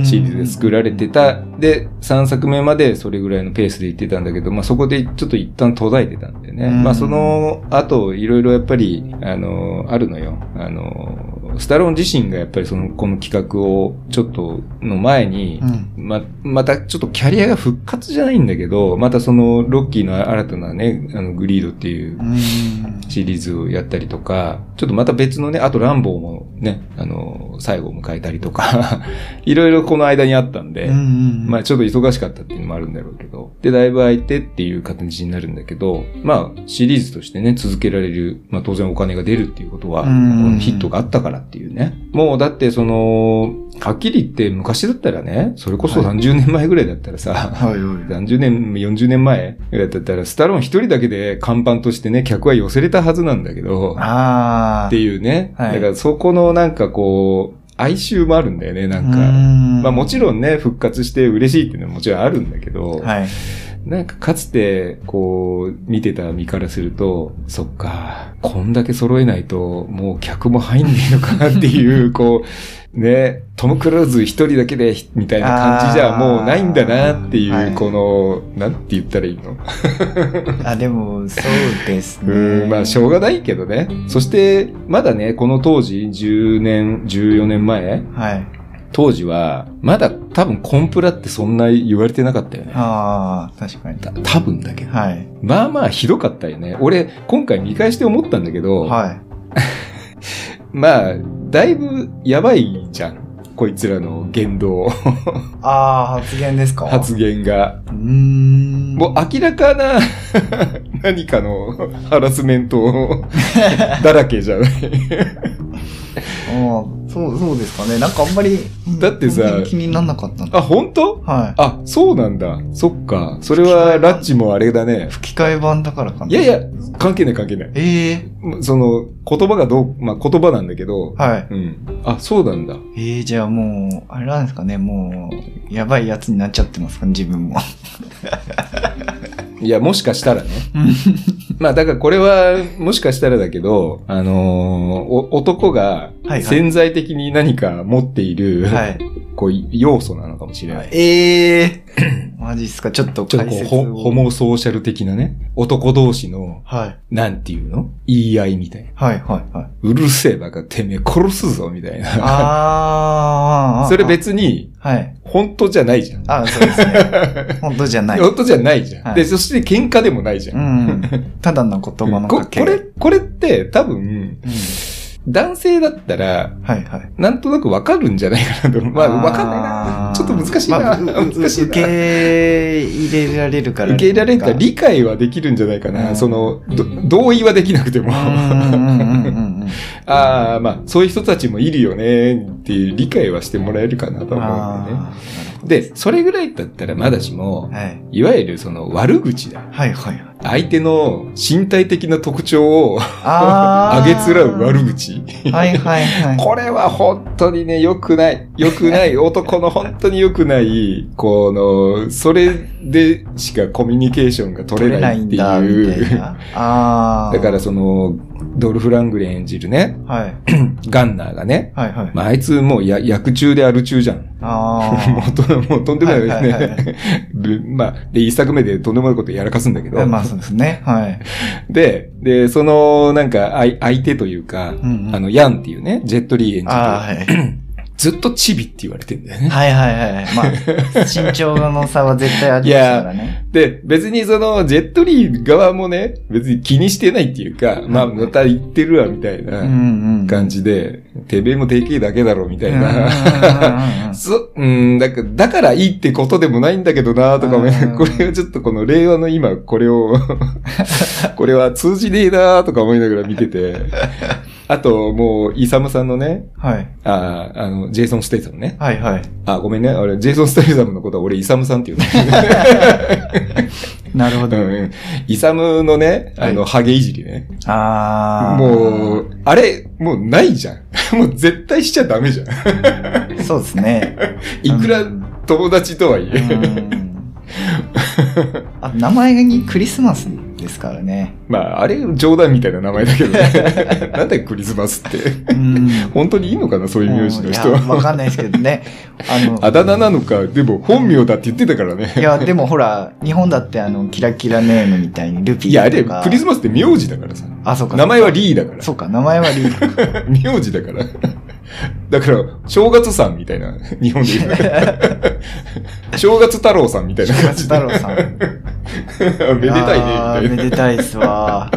[SPEAKER 1] シリーズで作られてた。で、3作目までそれぐらいのペースで行ってたんだけど、まあそこでちょっと一旦途絶えてたんだよね。
[SPEAKER 2] うん
[SPEAKER 1] まあその後、いろいろやっぱり、あの、あるのよ。あの、スタローン自身がやっぱりその、この企画をちょっとの前に
[SPEAKER 2] う、ん。
[SPEAKER 1] ま、またちょっとキャリアが復活じゃないんだけど、またそのロッキーの新たなね、あのグリードっていう
[SPEAKER 2] うん。
[SPEAKER 1] シリーズをやったりとか、ちょっとまた別のね、あとランボーもね、あの、最後を迎えたりとか、 (laughs) いろいろこの間にあったんで、
[SPEAKER 2] うん
[SPEAKER 1] まあちょっと忙しかったっていうのもあるんだろうけど、で、だいぶ空いてっていう形になるんだけど、まあシリーズとしてね、続けられる、まあ当然お金が出るっていうことは、
[SPEAKER 2] う
[SPEAKER 1] こ
[SPEAKER 2] ん
[SPEAKER 1] のヒットがあったからっていうね。もうだってその、はっきり言って昔だったらね、それこそ
[SPEAKER 2] は
[SPEAKER 1] 30年前ぐらいだったらさ、
[SPEAKER 2] はいはい。
[SPEAKER 1] 何十年、40年前ぐらいだったら、スタローン一人だけで看板としてね、客は寄せれたはずなんだけど、
[SPEAKER 2] ああ。
[SPEAKER 1] っていうね。
[SPEAKER 2] はい
[SPEAKER 1] だからそこのなんかこう、哀愁もあるんだよね、なん
[SPEAKER 2] う
[SPEAKER 1] か。
[SPEAKER 2] ん
[SPEAKER 1] まあもちろんね、復活して嬉しいっていうのはもちろんあるんだけど、
[SPEAKER 2] はい。
[SPEAKER 1] なんかかつて、こう、見てた身からすると、そっか、こんだけ揃えないと、もう客も入んねえのかなって
[SPEAKER 2] (laughs)
[SPEAKER 1] いう、こう、ね、トム・クルーズ一人だけで、みたいな感じじゃ
[SPEAKER 2] あー
[SPEAKER 1] もうないんだなっていう、
[SPEAKER 2] はい
[SPEAKER 1] この、なんて言ったらいいの
[SPEAKER 2] あ、でも、そうです
[SPEAKER 1] う
[SPEAKER 2] ね。
[SPEAKER 1] ん、まあ、しょうがないけどね。そして、まだね、この当時、10年、14年前、
[SPEAKER 2] はい。
[SPEAKER 1] 当時は、まだ多分コンプラってそんな言われてなかったよね。
[SPEAKER 2] ああ、確かに。
[SPEAKER 1] た多分だけど。
[SPEAKER 2] はい。
[SPEAKER 1] まあまあひどかったよね。俺、今回見返して思ったんだけど、
[SPEAKER 2] はい。
[SPEAKER 1] まあ、だいぶやばいじゃん。こいつらの言 (laughs) 動、
[SPEAKER 2] ああ、発言ですか
[SPEAKER 1] 発言が。
[SPEAKER 2] うーん。
[SPEAKER 1] もう明らかな (laughs) 何かのハラスメン (laughs) トだらけじゃない。
[SPEAKER 2] うんそう、そうですかね。なんかあんまり、
[SPEAKER 1] (laughs) だってさ
[SPEAKER 2] そんなに気にならなかったんだ。
[SPEAKER 1] あ、本当
[SPEAKER 2] は
[SPEAKER 1] あ、そうなんだ。そっか。それはラッチもあれだね
[SPEAKER 2] い。。吹き替え版だからかな。
[SPEAKER 1] いやいや、関係ない関係ない。
[SPEAKER 2] ええ
[SPEAKER 1] その、言葉がどう、まあ言葉なんだけど、
[SPEAKER 2] はい。
[SPEAKER 1] うん。あ、そうなんだ。
[SPEAKER 2] ええじゃあもう、あれなんですかね、もう、やばいやつになっちゃってますかね、自
[SPEAKER 1] (laughs)
[SPEAKER 2] 分も。
[SPEAKER 1] いや、もしかしたらね。まあ、だからこれは、もしかしたらだけど、あのーお男が
[SPEAKER 2] はいはい
[SPEAKER 1] 潜在的に何か持っている、
[SPEAKER 2] はい。
[SPEAKER 1] こう、要素なのかもしれない。
[SPEAKER 2] ええー、 (coughs) マジっすか、ちょっと
[SPEAKER 1] ちょっと
[SPEAKER 2] 解
[SPEAKER 1] こう
[SPEAKER 2] 説
[SPEAKER 1] ホ、
[SPEAKER 2] を。
[SPEAKER 1] ホモソーシャル的なね、男同士の、
[SPEAKER 2] はい。
[SPEAKER 1] なんていうの言い合いみたいな。
[SPEAKER 2] はい、はい、
[SPEAKER 1] (laughs)
[SPEAKER 2] はい。
[SPEAKER 1] うるせえバカ、てめえ殺すぞ、みたいな。
[SPEAKER 2] あーあー。あー
[SPEAKER 1] それ。別に、
[SPEAKER 2] はい。
[SPEAKER 1] 本当じゃないじゃん。
[SPEAKER 2] あーそうです
[SPEAKER 1] (laughs)
[SPEAKER 2] ね。本当じゃない。
[SPEAKER 1] 本当じゃないじゃん。
[SPEAKER 2] はい
[SPEAKER 1] で、そして喧嘩でもないじゃ。
[SPEAKER 2] うんん。ただの言葉の
[SPEAKER 1] こ
[SPEAKER 2] かけ。
[SPEAKER 1] これ、これって多分、
[SPEAKER 2] うん
[SPEAKER 1] 男性だったら、
[SPEAKER 2] はい、はい。
[SPEAKER 1] なんとなくわかるんじゃないかなと。まあ、わかんないな。
[SPEAKER 2] あー
[SPEAKER 1] ちょっと難しいな。 (laughs)
[SPEAKER 2] まあうう
[SPEAKER 1] 難しいな。
[SPEAKER 2] 受け入れられるから。
[SPEAKER 1] 受け入れられるから
[SPEAKER 2] リ
[SPEAKER 1] 理解はできるんじゃないか
[SPEAKER 2] う
[SPEAKER 1] な。
[SPEAKER 2] ん
[SPEAKER 1] その、ど同意はできなくても。 (laughs) ああ、まあ、そういう人たちもいるよね、っていう理解はしてもらえるかなと思うんだよね。で、それぐらいだったらまだしも、
[SPEAKER 2] はい
[SPEAKER 1] いわゆるその悪口だ。
[SPEAKER 2] はいはいはい。
[SPEAKER 1] 相手の身体的な特徴を
[SPEAKER 2] あ
[SPEAKER 1] あ
[SPEAKER 2] ー
[SPEAKER 1] げつらう悪。口。
[SPEAKER 2] はいはいはい。
[SPEAKER 1] これは本当にね、良くない。良く
[SPEAKER 2] (laughs)
[SPEAKER 1] ない。男の本当に良くない、この、それでしかコミュニケーションが取れないってい。
[SPEAKER 2] 取れないんだみたいうな。 (laughs) ああ。
[SPEAKER 1] だから、その、ドルフ・ラングレン演じるね、
[SPEAKER 2] はい。
[SPEAKER 1] ガンナーがね、
[SPEAKER 2] はいはい。
[SPEAKER 1] まあ、あいつもうや役中である中じゃん。 (laughs) も
[SPEAKER 2] あ
[SPEAKER 1] うと、もうとんでもないです
[SPEAKER 2] はいはいは
[SPEAKER 1] ね。ぶまあ、 (laughs) で、一作目でとんでもないことやらかすんだけど
[SPEAKER 2] あ。。まあそうですね。はい。
[SPEAKER 1] で、で、その、なんか、あい相手というか、
[SPEAKER 2] んうん
[SPEAKER 1] あの、ヤンっていうね、ジェットリー演
[SPEAKER 2] あ
[SPEAKER 1] じ
[SPEAKER 2] あ、はい。
[SPEAKER 1] る、ずっとチビって言われてんだよね。
[SPEAKER 2] はいはいはい。
[SPEAKER 1] (laughs)
[SPEAKER 2] まあ、身長の差は絶対ありますからね。
[SPEAKER 1] で、別にその、ジェットリー側もね、別に気にしてないっていうか、まあ、また言ってるわ、みたい
[SPEAKER 2] うん
[SPEAKER 1] な
[SPEAKER 2] うん。
[SPEAKER 1] 感じで、てめえもでけえだけだろ、みたいな。
[SPEAKER 2] な
[SPEAKER 1] そ、うん、だから、だからいいってことでもないんだけどなとかも
[SPEAKER 2] うん、
[SPEAKER 1] (laughs) これはちょっとこの令和の今、これ
[SPEAKER 2] (laughs)
[SPEAKER 1] を、これは通じねえなとか思いながら見てて、あと、もう、イサムさんのね、
[SPEAKER 2] はい。
[SPEAKER 1] ああの、ジェイソン・ステイサムね。
[SPEAKER 2] はいはい。
[SPEAKER 1] あ、ごめんね。俺、ジェイソン・ステイサムのことは俺、イサムさんって言うの。
[SPEAKER 2] (laughs) なるほ
[SPEAKER 1] う
[SPEAKER 2] ど。
[SPEAKER 1] んうんイサムのね、あの、ハゲいじりね。
[SPEAKER 2] ああ。
[SPEAKER 1] もう、あれ、もうないじゃん。 (laughs) もう絶対しちゃダメじゃん。
[SPEAKER 2] そうですね。
[SPEAKER 1] (laughs) いくら (laughs)
[SPEAKER 2] うん
[SPEAKER 1] 友達とはいえ。
[SPEAKER 2] うんあ名前にクリスマスですからね。
[SPEAKER 1] まあ、あれ冗談みたいな名前だけどね。
[SPEAKER 2] (laughs)
[SPEAKER 1] なんだよクリスマスって。
[SPEAKER 2] うん。
[SPEAKER 1] 本当にいいのかな、そういう名字の人
[SPEAKER 2] いやわ
[SPEAKER 1] は。
[SPEAKER 2] かんないですけどね。あの、
[SPEAKER 1] あだ名なのか、でも本名だって言ってたから
[SPEAKER 2] い
[SPEAKER 1] ね。
[SPEAKER 2] や、でもほら、日本だってあの、キラキラネームみたいにルピーとか。
[SPEAKER 1] いや、あれ、クリスマスって名字だからさ。
[SPEAKER 2] あ、そうか。
[SPEAKER 1] 名前はリーだか
[SPEAKER 2] そうか、名前はリ
[SPEAKER 1] (laughs)
[SPEAKER 2] ー。
[SPEAKER 1] ら。名字だから。だから、正月さんみたいな、日本で言
[SPEAKER 2] (laughs)
[SPEAKER 1] う。正月太郎さんみたいな感じで。
[SPEAKER 2] 太郎さん。
[SPEAKER 1] (laughs) めでた
[SPEAKER 2] あ
[SPEAKER 1] い
[SPEAKER 2] ー
[SPEAKER 1] ね、み
[SPEAKER 2] め
[SPEAKER 1] たい
[SPEAKER 2] でたいっす
[SPEAKER 1] (laughs)
[SPEAKER 2] わ。い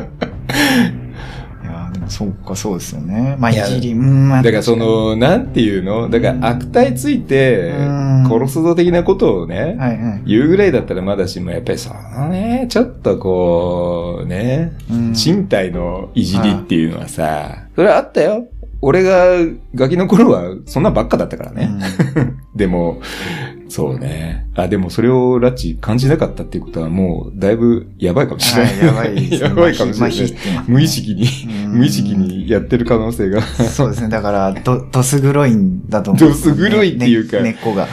[SPEAKER 2] や、でもそうか、そうですよね。まあ、
[SPEAKER 1] い
[SPEAKER 2] い
[SPEAKER 1] や
[SPEAKER 2] じり、うん、まあ
[SPEAKER 1] な。だから、そ、の、なんていうのだから、悪態ついて
[SPEAKER 2] うん、
[SPEAKER 1] 殺すぞ的なことをね、
[SPEAKER 2] はいはい。
[SPEAKER 1] 言うぐらいだったらまだしも、やっぱりそのね、ちょっとこう、ね、
[SPEAKER 2] うん
[SPEAKER 1] 身体のいじりっていうのはさ、それはあったよ。俺がガキの頃はそんなばっかだったからね。でも、そうね。あ、でもそれを拉致感じなかったっていうことはもうだいぶやばいかもしれない。
[SPEAKER 2] (laughs) はいやばいですね
[SPEAKER 1] やばいかもしれ
[SPEAKER 2] 麻痺
[SPEAKER 1] ない。
[SPEAKER 2] ってますね
[SPEAKER 1] 無意識に、
[SPEAKER 2] うん
[SPEAKER 1] 無意識にやってる可能性が。
[SPEAKER 2] うんそうですね。だから、ど、どす黒いんだと思う。
[SPEAKER 1] どす黒いっていうか
[SPEAKER 2] ね根っこが。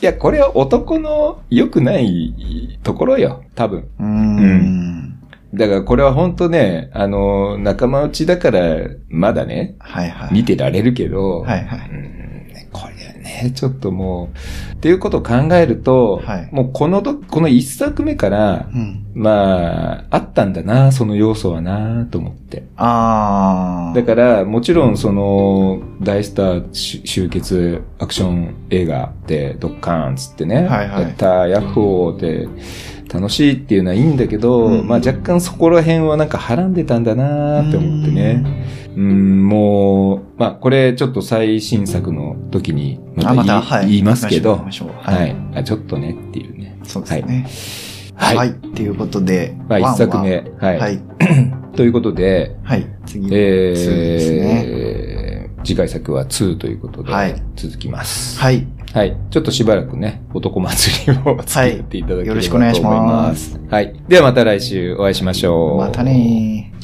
[SPEAKER 1] いや、これは男の良くないところよ。多分。
[SPEAKER 2] うーん。
[SPEAKER 1] だからこれは本当ね、あの、仲間内だから、まだね、
[SPEAKER 2] はいはい。
[SPEAKER 1] 見てられるけど、
[SPEAKER 2] はいは
[SPEAKER 1] う
[SPEAKER 2] い。
[SPEAKER 1] んこれはね、ちょっともう、っていうことを考えると、
[SPEAKER 2] はい
[SPEAKER 1] もうこのど、この一作目から、
[SPEAKER 2] うん。
[SPEAKER 1] まあ、あったんだな、その要素はな、と思って。
[SPEAKER 2] ああ。
[SPEAKER 1] だから、もちろんその、大スター集集結アクション映画でドッカーンっつってね、
[SPEAKER 2] はいはい
[SPEAKER 1] やったー、ヤッホーって、楽しいっていうのはいいんだけど、
[SPEAKER 2] うん
[SPEAKER 1] まあ若干そこら辺はなんかはらんでたんだなーって思ってね。うん、もう、まあこれちょっと最新作の時に
[SPEAKER 2] う
[SPEAKER 1] ま
[SPEAKER 2] ん。
[SPEAKER 1] た言
[SPEAKER 2] あ、
[SPEAKER 1] い,、
[SPEAKER 2] また、はい。
[SPEAKER 1] ますけど
[SPEAKER 2] 行き、ましょう行きましょう
[SPEAKER 1] は
[SPEAKER 2] はい。
[SPEAKER 1] い、あ。ちょっとねっていうね。
[SPEAKER 2] そうですね。
[SPEAKER 1] はい。
[SPEAKER 2] はい。ということで、
[SPEAKER 1] まあ
[SPEAKER 2] ワンは
[SPEAKER 1] 一作目。。はい、
[SPEAKER 2] はい。
[SPEAKER 1] ということで、
[SPEAKER 2] はい。次。
[SPEAKER 1] え
[SPEAKER 2] ツーです
[SPEAKER 1] ー次回作は2ということで
[SPEAKER 2] はい、
[SPEAKER 1] 続きます。
[SPEAKER 2] はい。
[SPEAKER 1] はい。ちょっとしばらくね、男祭りを付き合っていただければと思います。
[SPEAKER 2] はいよろしくお願いします
[SPEAKER 1] はい。ではまた来週お会いしましょう。
[SPEAKER 2] またねー。